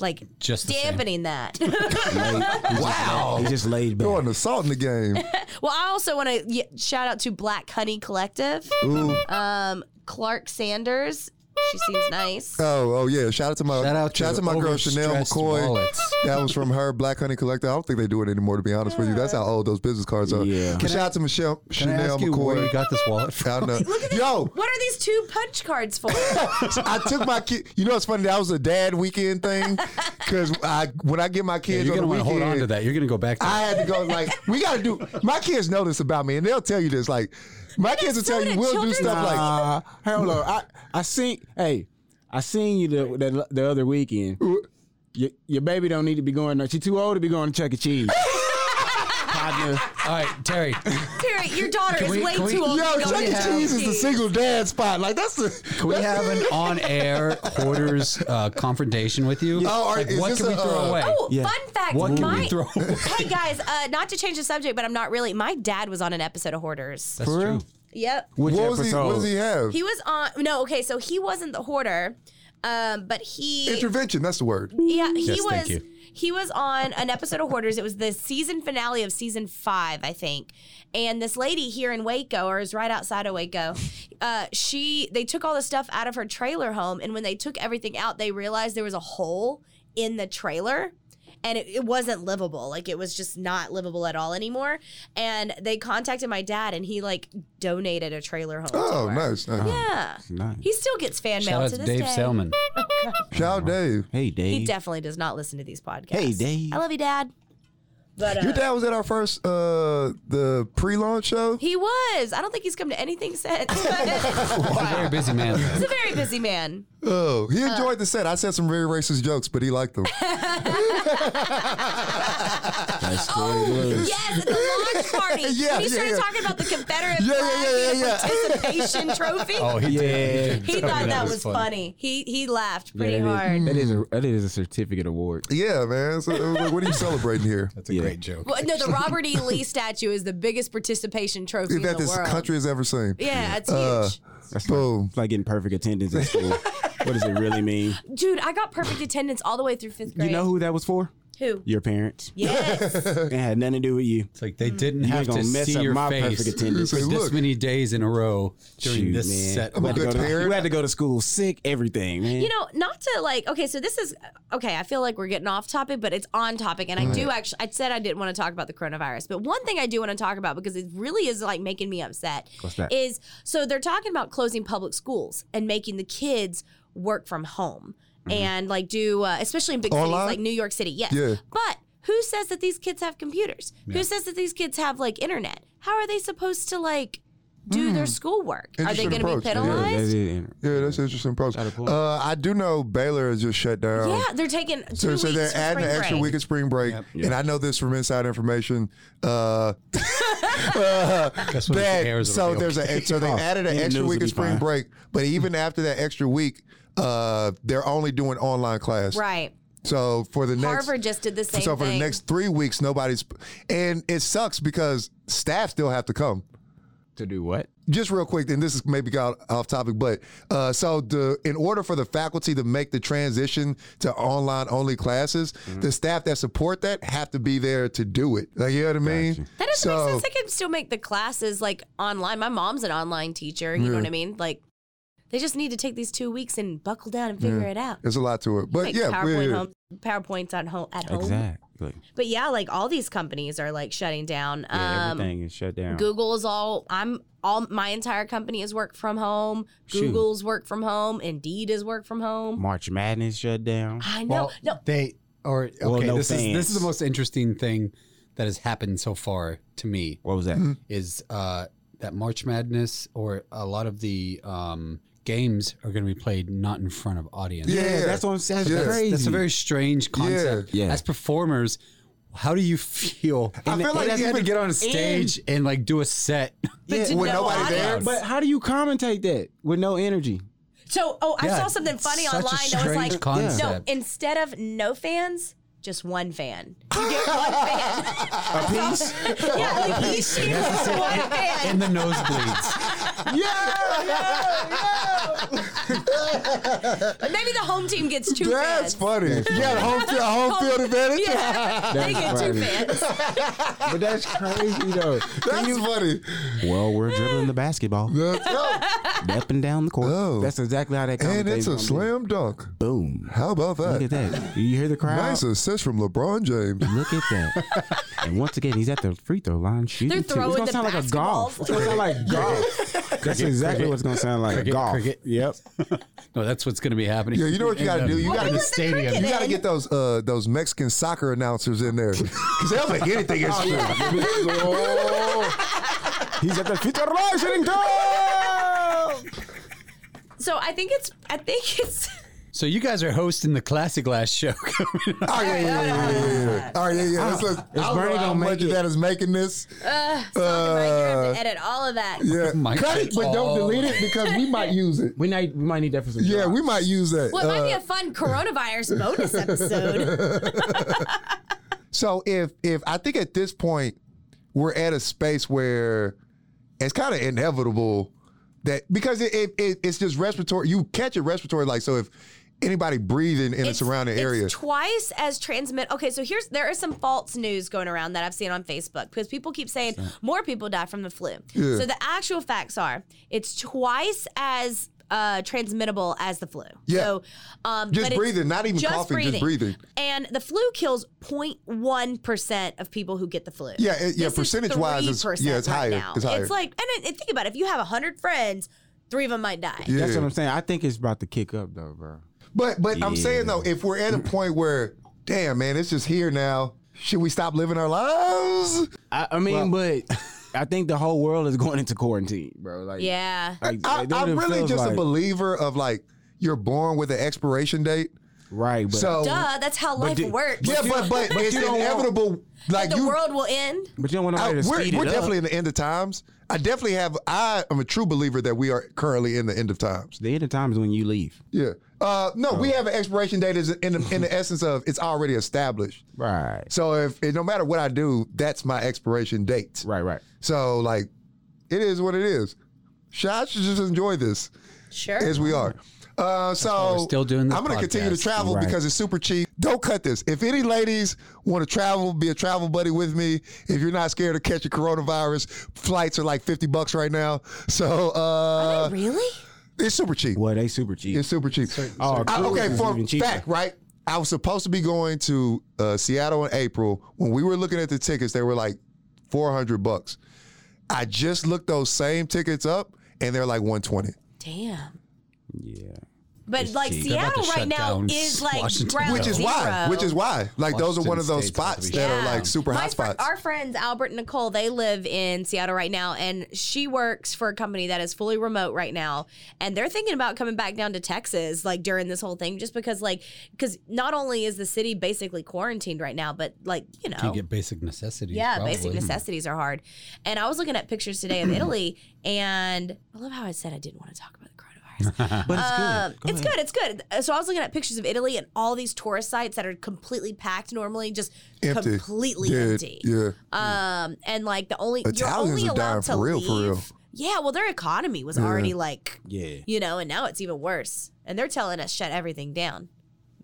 like
Just the same.
dampening that."
wow. He just laid
You're an
back.
assault in the game.
well, I also want to y- shout out to Black Honey Collective,
Ooh.
um, Clark Sanders. She seems nice.
Oh, oh yeah. Shout out to my
Shout out to,
my girl Chanel
overstressed
McCoy.
wallets.
That was from her Black Honey Collector. I don't think they do it anymore. To be honest with you, that's how old those business cards are.
Yeah.
But
Can
shout out to Michelle
Can I
Chanel
ask you
McCoy.
where you got this wallet
I
from?
don't know.
Look at this.
Yo,
What are these two punch cards for?
I took my kid. You know, it's funny. That was a dad weekend thing because I when I get my
You're
kids
going to
on the
want to
weekend,
hold on to that. You're going to go back to
I had to go like we got to do. My kids know this about me, and they'll tell you this. Like my kids will
so
tell you
do
we'll do
children's
stuff like.
Uh, hold on. I, I seen. Hey, I seen you the the, the other weekend. Your, your baby don't need to be going. She's too old to be going to Chuck E. Cheese. Partner.
Ah.
All right, Terry.
Terry, your daughter is
we-
way
can we-
too old.
Yo,
to go
Chuck
to
E. Cheese is the single dad spot. Like that's the.
Can we have an on-air hoarders uh, confrontation with you?
Oh, all right,
Like,
is
what
this
can we
a,
throw
uh,
away?
Oh,
Yeah.
fun fact.
What can we
my-
throw away?
Hey guys, uh, not to change the subject, but I'm not really. My dad was on an episode of Hoarders.
That's
For
true.
real?
Yep.
Which
What
episode?
was he? What does he have?
He was on. No, okay, so he wasn't the hoarder, um, but he.
Intervention. That's the word.
Yeah, he
Yes,
was.
thank you.
He was on an episode of Hoarders. It was the season finale of season five, I think. And this lady here in Waco, or is right outside of Waco, uh, she they took all the stuff out of her trailer home, and when they took everything out, they realized there was a hole in the trailer. And it, it wasn't livable. Like, it was just not livable at all anymore. And they contacted my dad, and he, like, donated a trailer home.
Oh,
to her.
nice. nice.
Yeah.
Nice.
He still gets fan
Shout
mail
out to
to this
Dave
day.
Selman.
Shout out Dave.
Hey,
He
Dave.
definitely does not listen to these podcasts.
Hey, Dave.
I love you, Dad. But uh,
Your dad was at our first uh the pre-launch show.
he was. I don't think he's come to anything since. but
He's a very busy man.
he's a very busy man.
Oh, he
Uh,
enjoyed the set. I said some very racist jokes, but he liked them.
That's
Oh, Yes, at the launch party.
Yeah,
when
yeah,
he started
yeah.
talking about the Confederate
Yeah, yeah,
flag
yeah,
being a
yeah, yeah.
participation trophy.
Oh, he did.
he thought that was funny. He he laughed pretty
that,
hard.
is, that is a that is a certificate award.
yeah, man. So, uh, what are you celebrating here?
That's a
Yeah.
great joke.
Well, no, the Robert E. Lee statue is the biggest participation trophy in
that
the
this
world.
country has ever seen.
yeah, it's
Uh,
huge.
That's
Boom.
Like, it's like getting perfect attendance at school. what does it really mean?
Dude, I got perfect attendance all the way through fifth grade.
You know who that was for?
Who?
Your parents.
Yes.
Uh,
It had nothing to do with you.
It's like
Mm.
they didn't
You
have
ain't
to
gonna mess
see
up
your
my
face
perfect attendance.
for
Say,
this
look.
many days in a row during
Shoot,
this
man.
set.
I'm a
You had to
good
go to-
parent.
You had to go to school sick, everything, man.
You know, not to like, okay, so this is, okay, I feel like we're getting off topic, but it's on topic. And I do actually, I said I didn't want to talk about the coronavirus, but one thing I do want to talk about because it really is like making me upset
What's that?
is so they're talking about closing public schools and making the kids work from home and like do, uh, especially in big
Mm-hmm. Online?
cities like New York City. Yes.
Yeah.
But who says that these kids have computers? Who says that these kids have like internet? How are they supposed to like do their schoolwork? Are they
Mm. Interesting
going to be
approach. Yeah.
yeah,
penalized?
that's it.
Yeah, that's an interesting approach.
Got a point.
Uh, I do know Baylor has just shut down.
Yeah, they're taking two
Oh. So,
weeks
so they're
for
adding an
spring
extra
break.
week of spring break, and I know this from inside information. Uh,
Guess what? The
that
hairs
so
will be
there's
okay.
a so they
Oh,
added an
even
extra
those
week
will
of
be
spring
fine.
break, but even after that extra week, uh, they're only doing online class.
Right.
So for the next
Harvard just did the same
so for
thing.
the next three weeks, nobody's and it sucks because staff still have to come.
To do what?
Just real quick, and this is maybe got off topic, but uh, so the in order for the faculty to make the transition to online only classes,
Mm-hmm.
the staff that support that have to be there to do it. Like you know what I mean?
that doesn't
so,
make sense. They can still make the classes like online. My mom's an online teacher. You know what I mean? Like, they just need to take these two weeks and buckle down and figure it out.
There's a lot to it, but
Make
yeah,
PowerPoint
we're,
home, PowerPoints on home at home.
Exactly.
But yeah, like all these companies are like shutting down.
Yeah,
um,
everything is shut down.
Google's all I'm all my entire company is work from home.
Shoot.
Google's work from home. Indeed is work from home.
March Madness shut down.
I know.
Well,
no,
They or okay.
Well, no
this is this is
fans.
the most interesting thing that has happened so far to me
What was that?
Mm-hmm.
is uh, that March Madness or a lot of the um, games are going to be played not in front of audience.
Yeah.
that's what I'm saying. That's
Yeah.
crazy.
That's a very strange concept.
Yeah. Yeah.
As performers, how do you feel?
I feel like
it
even-
to get on stage and, like do a set.
but
with nobody there?
audience.
But how do you commentate that with no energy?
So, oh, I
Yeah,
saw something funny
such a
online that was
strange
like,
concept.
no, instead of no fans, just one fan. You get one fan.
A piece?
yeah, like he, she, was one
in
fan.
the nosebleeds.
But maybe the home team gets two
that's
fans.
funny. Yeah, home field, home field advantage.
Yeah, they get
That's
two
funny.
fans.
but that's crazy though.
That's funny.
Well, we're dribbling the basketball
That's- oh,
up and down the court.
Oh.
That's exactly how that commentate's
and it's
gonna
a
be.
slam dunk.
Boom.
How about that?
Look at that. You hear the crowd?
Nice assist from LeBron James.
Look at that. and once again, he's at the free throw line shooting.
They're
too.
throwing
it's gonna
the
sound like a golf.
basketballs.
It's gonna sound like golf. That's exactly what's gonna sound like.
Cricket,
golf.
cricket.
Yep.
No, that's what's going to be happening.
Yeah, you know what you
In
gotta
the-
do? You gotta
in the
get-
stadium.
You gotta get those uh, those Mexican soccer announcers in there because they'll make anything interesting.
He's at the free throw line shooting. Goal!
So I think it's, I think it's,
So you guys are hosting the classic last show.
Oh yeah, yeah, yeah, yeah, yeah, yeah. All right, yeah, yeah. Let's, let's, I don't
Bernie
know how
gonna make
much of
it?
that is making this.
Uh,
Uh,
Mike, you're gonna have to edit all of that.
Yeah,
my
cut it, but
God.
don't delete it because we might use it.
We might we might need that for some.
Yeah,
drops.
we might use that.
Well, it might be
Uh,
a fun coronavirus bonus episode.
so if if I think at this point we're at a space where it's kind of inevitable that because it, it, it it's just respiratory. You catch it respiratory, like so if anybody breathing in the surrounding
it's
area.
twice as transmit. Okay, so here's there is some false news going around that I've seen on Facebook because people keep saying more people die from the flu. So the actual facts are it's twice as uh, transmittable as the flu.
Yeah.
So, um,
Just
but it's
breathing, not even coughing, just breathing.
And the flu kills 0.1 percent of people who get the flu.
Yeah, it- yeah,
This is
percentage-wise, it's-
3%
yeah, it's
right
higher.
now.
It's higher.
like, and, it, and think about it, if you have hundred friends, three of them might die.
Yeah.
That's what I'm saying. I think it's about to kick up though, bro.
But but I'm saying
Yeah. Mm.
though, if we're at a point where, damn man, it's just here now. Should we stop living our lives?
I, I mean, but I think the whole world is going into quarantine, bro. Like,
Yeah.
like,
I,
like, that's
I'm
what it
really
feels
just a
like.
believer of like you're born with an expiration date.
right? But,
So
Duh, that's how life
do-
works.
yeah, but but, it's
don't want-
inevitable. like
the
you,
world will end.
but you don't want
I-
nobody to
we're
speed
we're
it
definitely
up.
in the end of times. I definitely have. I am a true believer that we are currently in the end of times.
The end of time is when you leave.
Yeah. Uh, no, we
Oh.
have an expiration date is in the, in the essence of it's already established.
Right.
So if it, no matter what I do, that's my expiration date.
Right. Right.
So like, it is what it is. Should I should just enjoy this
Sure.
as we are. Uh, Uh,
why
so
we're still doing this
I'm going to continue to
podcast.
travel
Right.
because it's super cheap. Don't cut this. If any ladies want to travel, be a travel buddy with me. If you're not scared of catching coronavirus, flights are like 50 bucks right now. So uh,
really?
it's super cheap.
Well, they super cheap.
It's super cheap.
Oh,
I-
cruise
okay,
is
for
even cheaper.
fact, right? I was supposed to be going to uh, Seattle in April. When we were looking at the tickets, they were like four hundred bucks. I just looked those same tickets up, and they're like one twenty.
Damn.
Yeah.
But
It's
like
cheap. They're
about
Seattle
to
right
shut
now
down
is like
Washington,
ground
Which is
zero.
why. Which is why. Like those are one of those
Washington State's supposed
spots
to be
that are
Yeah.
like super
My
hot
fri-
spots.
Our friends Albert and Nicole, they live in Seattle right now, and she works for a company that is fully remote right now, and they're thinking about coming back down to Texas like during this whole thing, just because like because not only is the city basically quarantined right now, but like you know
You get basic necessities.
yeah,
probably.
basic necessities are hard. And I was looking at pictures today of Italy, and I love how I said I didn't want to talk about the coronavirus.
But it's
Um,
good. Go
it's
ahead.
good. It's good. Uh, So I was looking at pictures of Italy and all these tourist sites that are completely packed normally, just
Empty.
completely
Yeah,
empty.
Yeah.
Um, and like the only
Italians
you're only
are dying
allowed to
for real,
leave.
for real.
Yeah, well, their economy was already like,
Yeah.
you know, and now it's even worse. And they're telling us shut everything down.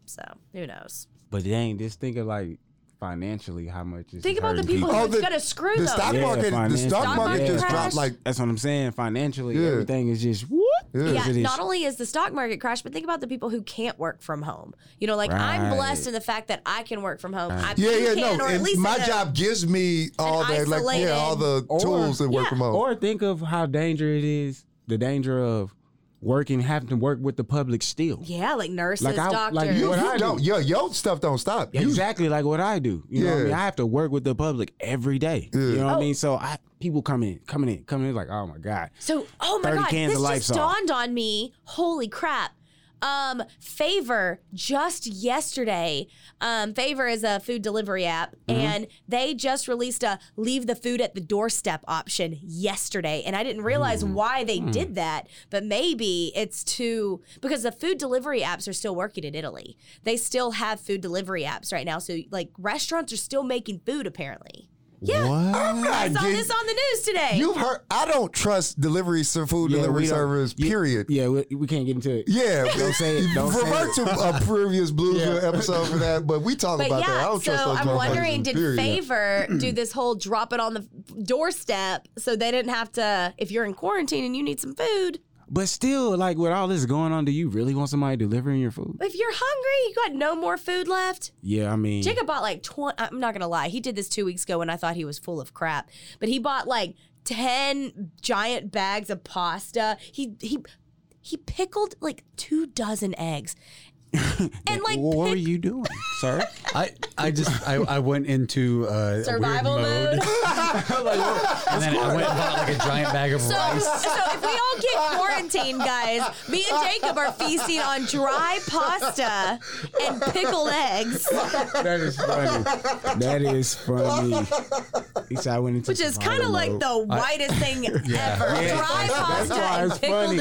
So who knows?
But dang, just think of like financially how much is
Think about the people
people.
who's
Oh, the-
gonna screw
The
those.
stock
Yeah,
market, the
finance.
stock
Stock
market
market
just
crash.
dropped like
That's what I'm saying. Financially,
Yeah.
everything is just whoop.
Yeah,
It is-
not only is the stock market crash, but think about the people who can't work from home. You know, like I'm
Right.
blessed in the fact that I can work from home. I
yeah, yeah,
can,
no.
or at
And
least
my
in a-
job gives me all
an
that, like
isolated-
yeah, all the
Or-
tools that work
Yeah.
from home.
Or think of how danger it is. The danger of working, having to work with the public still.
Yeah, like nurses,
Like I-
doctors.
like
you,
What
you
I do.
don't. Your your stuff don't stop. You-
Exactly like what I do. You know what
Yeah.
I mean? I have to work with the public every day. You know what
Oh.
I mean? So I people come in, coming in, coming in like, oh my God.
So, oh my
30
God,
cans
this
of
just
Lysol.
dawned on me. Holy crap. Um, Favor just yesterday. Um, Favor is a food delivery app,
Mm-hmm.
and they just released a leave the food at the doorstep option yesterday. And I didn't realize
Mm.
why they
Hmm.
did that, but maybe it's to because the food delivery apps are still working in Italy. They still have food delivery apps right now. So, like, restaurants are still making food apparently. Yeah.
I'm not
I saw
getting-
this on the news today.
You've heard. I don't trust delivery ser- food
Yeah,
delivery
we don't-
service.
yeah,
Period. Yeah.
Yeah, we, we can't get into it. Don't say it. Don't say
Revert
it.
to a previous Bluesville episode for that, but we talk
But
about
yeah,
that. I don't
so
trust those
I'm
motherfuckers,
wondering, did
period.
Favor do this whole drop it on the doorstep so they didn't have to? If you're in quarantine and you need some food,
But still, like with all this going on, do you really want somebody delivering your food?
if you're hungry, you got no more food left.
Yeah, I mean,
Jacob bought like 20. I'm not gonna lie, he did this two weeks ago when I thought he was full of crap, but he bought like 10 giant bags of pasta. He he he pickled like two dozen eggs. and like
what were
pick-
you doing, sir?
I, I just I, I went into uh,
survival
weird mode.
mode.
And then I went and bought like a giant bag of
So,
rice.
so if we all get quarantined, guys, me and Jacob are feasting on dry pasta and pickled eggs,
that is funny. That is funny. He said I went into
which is kind of
survival
like
mode.
the whitest thing ever. Dry pasta
why
and
it's
pickled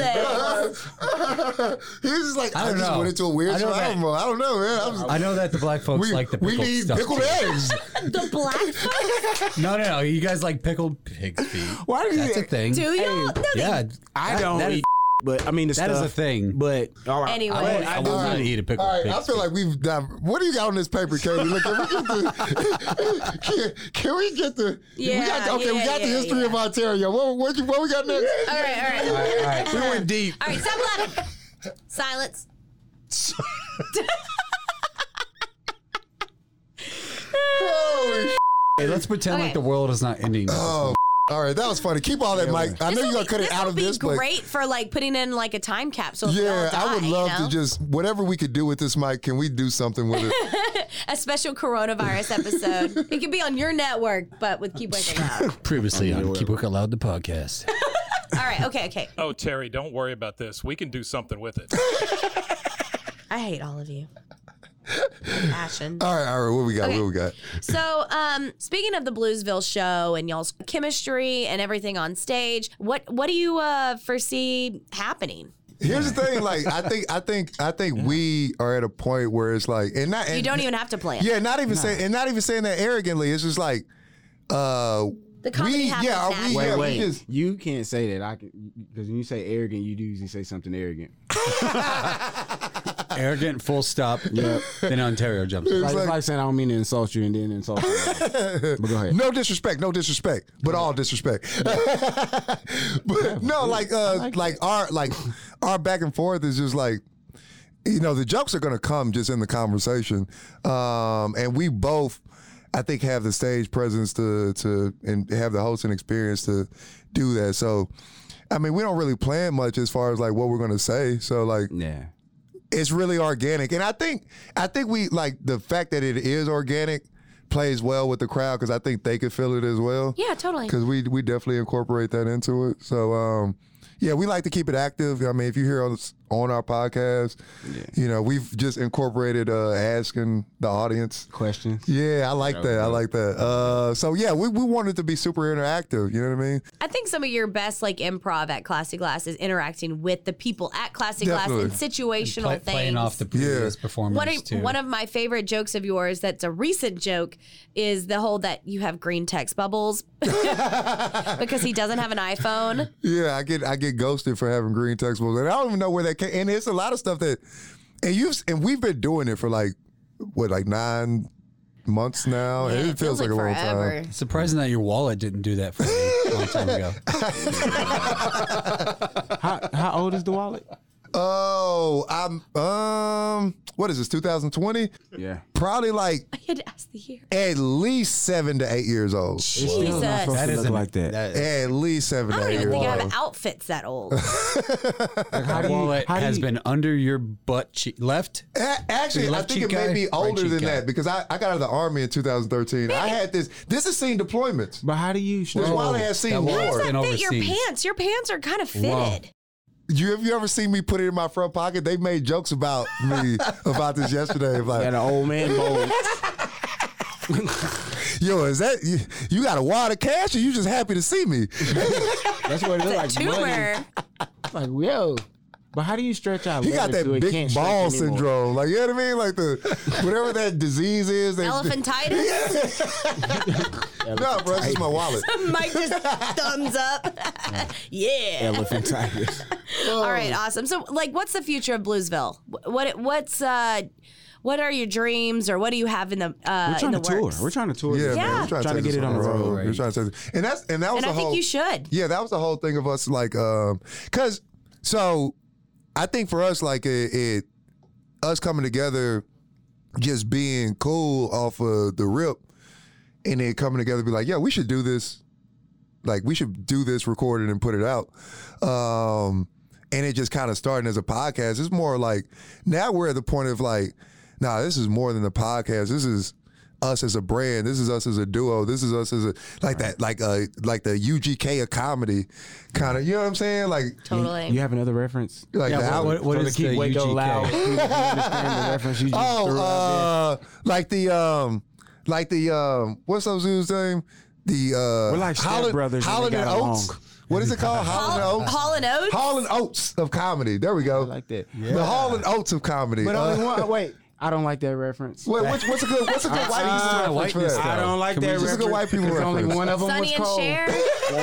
funny.
eggs.
He was just like, I,
I don't
just
know.
went into a weird
I know
survival
that-
mode. I don't know, man. I was,
I know that the black folks
we,
like the
we
pickled
need
stuff.
pickled
too.
eggs.
The black folks.
No, no, no. You guys like pickled pig's feet.
Why did
That's
you-
a thing.
Do y'all? No, they-
yeah,
I
that-
don't
that is-
eat, but I mean the
that is
stuff.
a thing.
But all right,
Anyway.
I
But
want, I
do-
want to eat a pickled
All right,
pig's
I feel
feet.
like we've dive. What do you got on this paper, Katie? Look, can we get the? Can, can we get the? we got,
Yeah,
okay, we
yeah,
got the
yeah,
history
yeah.
of Ontario. What, what, you- what we got next?
All right, all right, all
All
right.
right, all right.
We went deep.
Stop laughing. Silence.
Holy
Hey, let's pretend
Okay.
like the world is not ending.
Oh, all right, that was funny. Keep all that, Mike. I know you're
This'll
gonna
be-
cut it out
this'll
of this,
be
but
great for like putting in like a time capsule. if we all
yeah, I would
die, you
love
know?
to just whatever we could do with this, Mike. Can we do something with it?
a special coronavirus episode. it could be on your network, but with Keep Waking Up. All
Previously on Keep Work Aloud, the podcast.
right, okay, okay.
Oh, Terry, don't worry about this. We can do something with it.
I hate all of you. Passion.
all right, all right, what we got?
Okay.
What we got?
So, um, speaking of the Bluesville show and y'all's chemistry and everything on stage, what what do you uh, foresee happening?
Here's the thing, like I think, I think, I think we are at a point where it's like, and not, and
You don't even have to plan.
Yeah, not even saying and not even saying that arrogantly. It's just like uh
The comedy
We-
happens
yeah, we-
naturally.
yeah,
Wait,
we
wait.
just-
You can't say that. I can because when you say arrogant, you do usually say something arrogant.
Arrogant, full stop. Yeah. Then Ontario jumps in.
Like, it's
like-
like saying I don't mean to insult you and then insult you. but go ahead.
No disrespect, no disrespect, but all disrespect. but no, like uh like, our like our back and forth is just like you know, the jokes are gonna come just in the conversation. Um and we both I think have the stage presence to to and have the hosting experience to do that. So I mean, we don't really plan much as far as like what we're gonna say. So like
Yeah.
it's really organic and i think i think we like the fact that it is organic plays well with the crowd because i think they could feel it as well
Yeah, totally.
because we we definitely incorporate that into it so um yeah we like to keep it active i mean if you hear us on our podcast you know we've just incorporated uh asking the audience
Questions.
yeah i like that i like that uh so yeah we, we want it to be super interactive you know what i mean
I think some of your best like improv at Classy Glass is interacting with the people at Classy
Definitely.
Glass in situational
Play-
things.
playing off the previous performance
one
too.
of, one of my favorite jokes of yours that's a recent joke is the whole that you have green text bubbles because he doesn't have an iPhone.
Yeah, I get I get ghosted for having green textbooks, and I don't even know where that came. And it's a lot of stuff that, and you have and we've been doing it for like what like nine months now. and it, feels, like, a long time.
Surprising that your wallet didn't do that for me a long time ago.
How, how old is the wallet?
Oh, I'm um, what is this? 2020?
Yeah.
Probably like
I had to ask the year.
at least seven to eight years old.
Jesus. I
That isn't like that.
At least seven to
don't
eight
even
years
think I
old.
have outfits that old.
Like, how
Your
do you-
wallet
how do
has
you-
been under your butt cheek left.
A- Actually,
Your
I
left
think it
cheek
may
guy,
be
right
older
cheek
than
guy.
that because I, I got out of the army in 2013. I had this. This is seen deployments.
But how do you?
This wallet has
that
seen
was-
How does
war.
that fit
And
your
overseas.
pants? Your pants are kind of fitted.
Wow.
You have you ever seen me put it in my front pocket? They made jokes about me about this yesterday.
Got an
Like,
old man bowl.
yo, is that you, you got a wad of cash or you just happy to see me?
That's what it looks like. Money.
Tumor.
Like yo. But how do you stretch out?
You got
leather
that
so it
big
can't
ball
stretch anymore?
syndrome. Like, you know what I mean? Like the whatever that disease is. They,
Elephantitis.
no, bro, it's just my wallet.
Mike just thumbs up. yeah.
Elephant tigers.
All right, awesome. So, like, what's the future of Bluesville? Wh- What what's uh, what are your dreams, or what do you have in the uh,
We're
in
trying
the
to tour.
works?
We're trying to tour.
Yeah, man,
this,
Yeah.
we're
Trying,
trying, to
to
take
get
this
it on the road.
We're trying to take this- and that's and that was
and
the
I
whole.
think you should.
Yeah, that was the whole thing of us like um cuz so I think for us like it, it us coming together just being cool off of the rip and then coming together be like, "Yeah, we should do this. Like we should do this record it and put it out." Um and it just kind of starting as a podcast. It's more like now we're at the point of like, nah, this is more than the podcast. This is us as a brand. This is us as a duo. This is us as a like that like uh like the UGK of comedy kind of. You know what I'm saying? Like
Totally.
You have another reference?
like the
Yeah,
album.
what, what
From
is
the
the
Keep Waco
UGK?
Loud? People don't understand the reference you just threw out
Oh, uh, like the um, like the um, what's those dude's name? The uh,
We're like step brothers and
Holland
they
and
got
Oates.
along.
What is it called? Holland and
Hall,
Oates.
Hall and Oates.
Holland Oates of comedy. There we go.
I like that.
The Holland Oates of comedy.
But
Uh,
only one. Wait, I don't like that reference.
wait, what's, what's a good what's a good white
Uh,
people reference for
whiteness,
that?
though.
I don't like
Can we
that
just-
look
reference.
at white people
'cause Only
reference?
one of them
Sonny
was
and
cold.
Cher.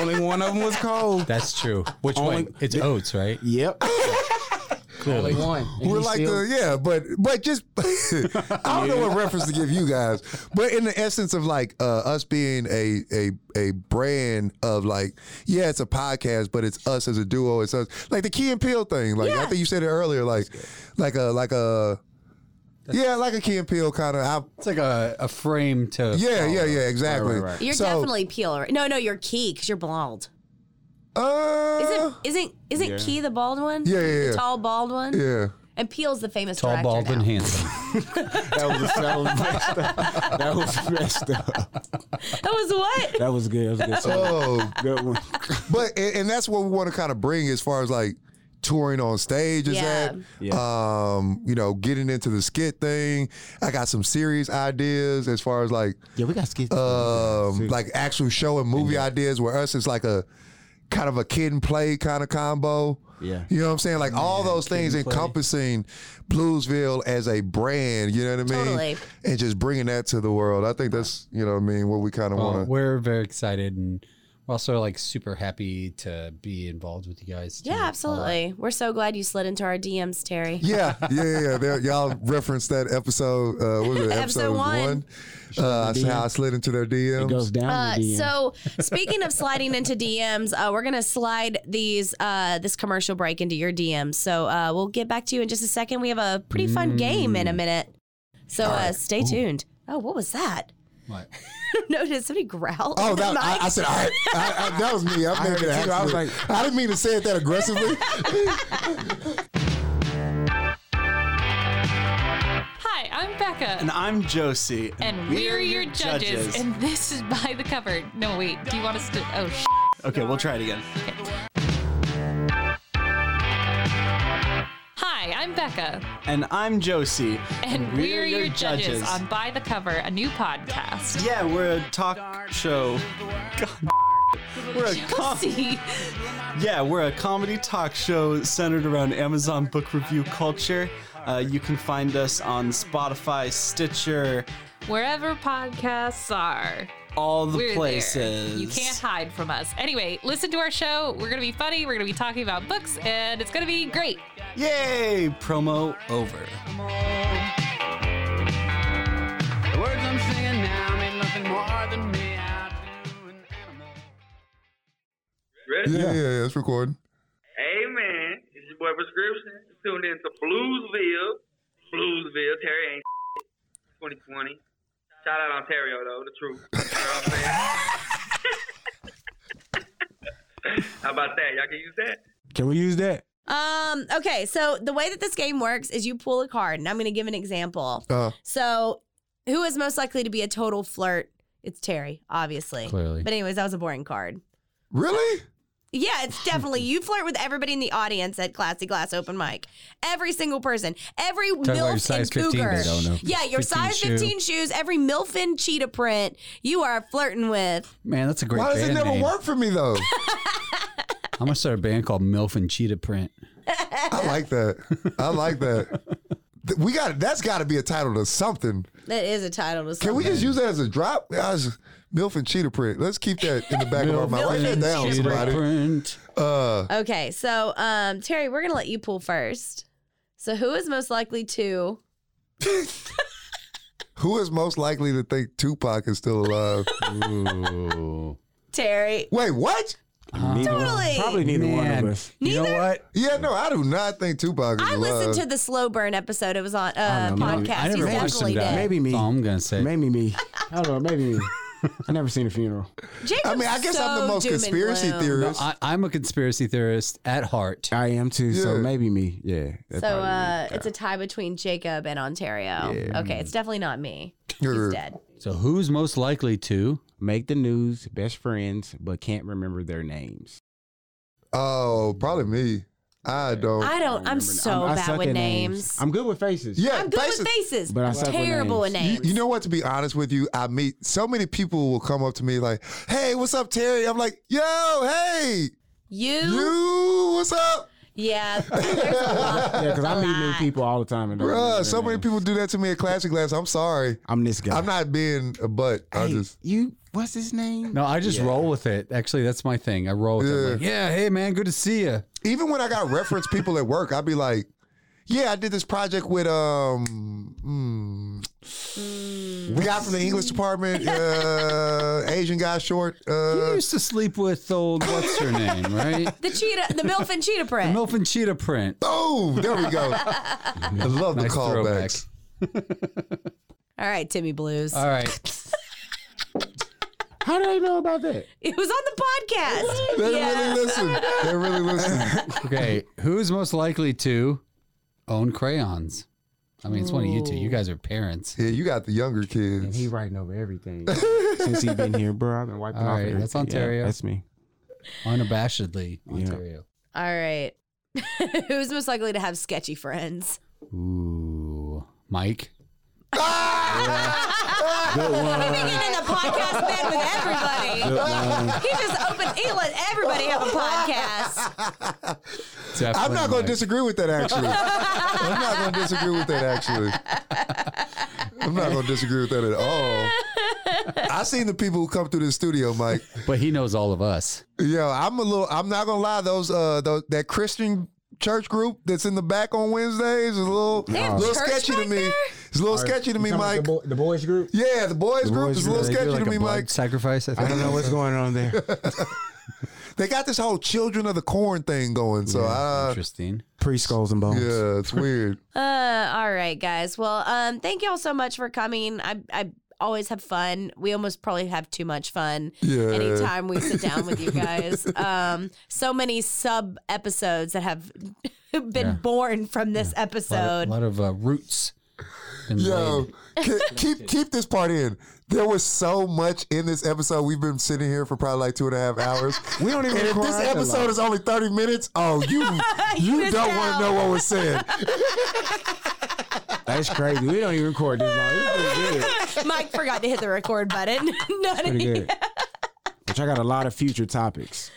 only one of them was cold.
That's true. Which
Only-
one? It's oats, right?
Yep. Only one. And
We're
he
like
still-
the yeah, but but just I don't know what reference to give you guys, but in the essence of like uh, us being a a a brand of like yeah, it's a podcast, but it's us as a duo. It's us like the Key and Peele thing. Like I
Yeah.
think you said it earlier, like like a like a yeah, like a Key and Peele kind of.
It's like a, a frame to.
Yeah, yeah, yeah, exactly.
right.
You're
so,
definitely Peel. Right? No, no, you're Key because you're bald.
Uh,
Isn't isn't isn't Key the bald one?
Yeah, yeah, yeah.
The tall bald one.
yeah.
And Peel's the famous
Tall,
director
bald,
now.
and handsome.
That was, that was messed up. That was messed up.
That was what?
That was good. That was good.
Oh,
Good one.
but and, and that's what we want to kind of bring as far as like touring on stage is
Yeah.
that um you know getting into the skit thing i got some serious ideas as far as like uh,
Yeah, we got skits.
um like actual show and movie ideas where us is like a kind of a kid and play kind of combo.
Yeah.
You know what I'm saying? Like all those things encompassing Bluesville as a brand, you know what I mean?
Totally.
And just bringing that to the world. I think that's, you know what I mean, what we kind
Oh,
of
Well,
want to.
we're very excited and we're also like super happy to be involved with you guys. too.
Yeah, absolutely. We're so glad you slid into our DMs, Terry.
Yeah, yeah, yeah. yeah. There- y'all referenced that episode. Uh, what was it?
Episode
Episode
one.
one. Uh, I- how I slid into their
It
DMs.
goes down.
Uh,
the DM.
so speaking of sliding into DMs, uh, we're gonna slide these uh, this commercial break into your DMs. So uh, we'll get back to you in just a second. We have a pretty fun game
Mm.
in a minute, so uh, stay tuned. Oh, what was that?
What?
Notice somebody growled.
Oh,
at the
that, I,
mic.
I said, all right. I, I, that was me. I, made
heard
it
it too. I was
I I didn't mean to say it that aggressively.
Hi, I'm Becca.
And I'm Josie.
And we're your judges. And this is By the Cover. No, wait. Do you want us to? Oh, sh-
okay, we'll try it again.
Hi, I'm Becca.
And I'm Josie.
And, we're, your, judges, on By the Cover, a new podcast.
Yeah, we're a talk show. God. We're a com-
Josie.
yeah, we're a comedy talk show centered around Amazon book review culture. Uh, you can find us on Spotify, Stitcher,
Wherever podcasts are,
all the
we're
places.
there. You can't hide from us. Anyway, listen to our show. We're going to be funny. We're going to be talking about books, and it's going to be great.
Yay! Promo over.
The words I'm singing now mean nothing more than me out to an animal.
yeah, yeah, yeah. It's recording.
Hey man, it's your boy Prescription. Tuned in to Bluesville. Bluesville, Terry ain't 2020. Shout out Ontario though, the truth. You know what I'm saying? How about that? Y'all can use that.
Can we use that?
Um, okay, so the way that this game works is you pull a card, and I'm going to give an example.
Uh,
So, who is most likely to be a total flirt? It's Terry, obviously.
Clearly.
But, anyways, that was a boring card.
really?
Yeah, it's definitely you flirt with everybody in the audience at Classy Glass Open Mic. Every single person, every
about your
milf
size
and
15,
cougar.
they don't know.
Yeah, your
15
size
shoe.
fifteen shoes, every milf and cheetah print. You are flirting with.
Man, that's a great
Why does
band
it never
name.
work for me, though?
I'm going to start a band called MILF and Cheetah Print.
I like that. I like that. Th- We got that's got to be a title to something.
That is a title to something.
Can we just use that as a drop? I was, Milf and cheetah print. Let's keep that in the back of our mind. Write that down,
Cheetah
somebody.
Print.
Uh,
Okay, so um, Terry, we're gonna let you pull first. So who is most likely to?
who is most likely to think Tupac is still alive?
Ooh.
Terry.
Wait, what?
Neither one-
Totally.
Probably neither one
Man.
of us.
You know what?
Yeah, no, I do not think Tupac is
I
alive.
listened to the slow burn episode. It was on uh,
don't know.
I
podcast. You
never watched
definitely
them die.
did.
Maybe me.
That's all I'm going to say.
Maybe me. I don't know. Maybe me. I never seen a funeral.
Jacob's
I mean, I guess I'm
so
the most
doom and
conspiracy
gloom.
theorist.
I, I'm a conspiracy theorist at heart.
I am too. So
Yeah.
maybe me. Yeah. that's
Oh,
So
probably me.
uh, it's a tie between Jacob and Ontario. Okay, it's definitely not me. He's
Yeah.
dead.
So who's most likely to?
make the news, best friends, but can't remember their names.
oh, probably me. I don't.
I don't. I'm
Remember-
so
I
bad
suck
with
at
names.
I'm good with faces.
yeah,
I'm good
faces-
with faces,
But I
I'm
suck with
terrible with
You,
names.
you know what? To be honest with you, I meet so many people will come up to me like, "Hey, what's up, Terry?" I'm like, "Yo, hey,
you,
you, what's up,
yeah. There's a lot.
Yeah, because I
A
meet new
lot.
people all the time. And don't remember
bruh?" So
their
many
names.
people do that to me at Classic Glass. I'm sorry.
I'm this guy.
I'm not being a butt. I
Hey,
just
you. What's his name?
No, I just roll with it. Actually, that's my thing. I roll with it. Like, yeah, hey, man, good to see you.
even when I got reference people at work, I'd be like, "Yeah, I did this project with um, mm, the guy from the English department, uh, Asian guy, short."
You
Uh,
used to sleep with old, what's her name, right?
The cheetah, the milf and cheetah
The
print.
MILF and Cheetah Print.
boom! There we go. I love the
Nice throwback.
callbacks.
All right, Timmy Blues.
All right.
How did I know about that?
It was on the podcast.
They
yeah.
really listen. They really listen.
Okay. Who's most likely to own crayons? I mean, it's one of you two. You guys are parents.
Yeah, you got the younger
And he
kids.
writing over everything since he been here, bro. I've been wiping
All
off.
right,
everything.
that's
Yeah,
Ontario.
that's me.
Unabashedly,
Yeah.
Ontario.
All right. Who's most likely to have sketchy friends?
Ooh. Mike.
He be getting in the podcast bed with everybody. he just opened. He let everybody have a podcast.
I'm not going to disagree with that, actually. I'm not going to disagree with that, actually. I'm not going to disagree with that at all. I seen the people who come through the studio, Mike.
But he knows all of us.
Yo, I'm a little. I'm not gonna lie. Those, uh, those that Christian church group that's in the back on Wednesdays is a little,
They have
little
church
sketchy to
back
me.
there?
It's a little sketchy to me, Mike.
The, boys group.
yeah, the boys group is a little sketchy to me, Mike.
Sacrifice. I
I
think.
don't know what's going on there.
They got this whole children of the corn thing going. So I,
Interesting.
Preschools and bones.
yeah, it's weird.
Uh, all right, guys. Well, um, thank y'all so much for coming. I, I always have fun. We almost probably have too much fun.
Yeah.
Anytime we sit down with you guys, um, so many sub episodes that have been born from this
A lot
episode.
of, lot of uh, roots. been
Yo,
laid.
ke- keep keep this part in. There was so much in this episode. We've been sitting here for probably like two and a half hours.
We don't even
And if
record
this
that
episode
long.
is only thirty minutes, oh, you you,
missed
don't want
out.
to know what was said.
That's crazy. We don't even record this long. It's pretty good.
Mike forgot to hit the record button. Not
Pretty
even-
good. Which I got a lot of future topics.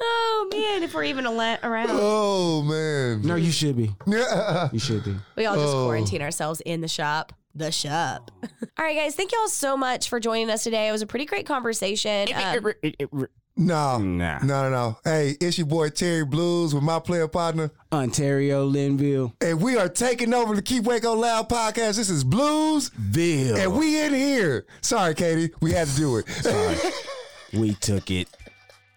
Oh man, if we're even ala- around,
Oh man.
No, you should be.
Yeah.
You should be.
we all just
Oh.
quarantine ourselves in the shop. The shop. All right, guys. Thank y'all so much for joining us today. It was a pretty great conversation. Um,
No.
Nah.
No, no, no. Hey, it's your boy Terry Blues with my player partner.
Ontario, Linville.
And we are taking over the Keep Waco Loud podcast. This is Blues.
Ville.
And we in here. Sorry, Katie. We had to do it.
we took it.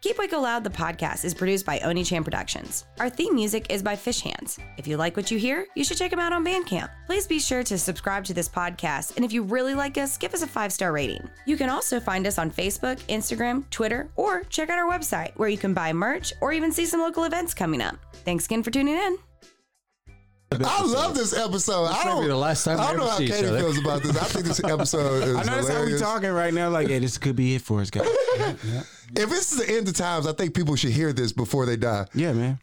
Keep Waco Loud, the podcast, is produced by Oni Chan Productions. Our theme music is by Fish Hands. If you like what you hear, you should check them out on Bandcamp. Please be sure to subscribe to this podcast, and if you really like us, give us a five star rating. You can also find us on Facebook, Instagram, Twitter, or check out our website where you can buy merch or even see some local events coming up. Thanks again for tuning in.
I love this episode. I
might
don't
be the last time we
I don't
ever
know how
see each
Katie
other.
feels about this. I think this episode is
I know that's how we
hilarious.
talking right now. Like, hey, this could be it for us, guys.
If this is the end of times, I think people should hear this before they die.
yeah, man.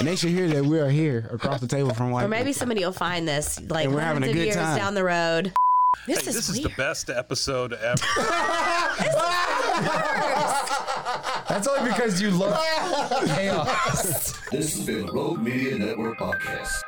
And they should hear that we are here across the table from white. people.
somebody will find this like
And we're having a hundreds of good years time. down
the road. This
Hey, this is the best episode ever.
That's only because you love chaos.
This has been a Road Media Network podcast.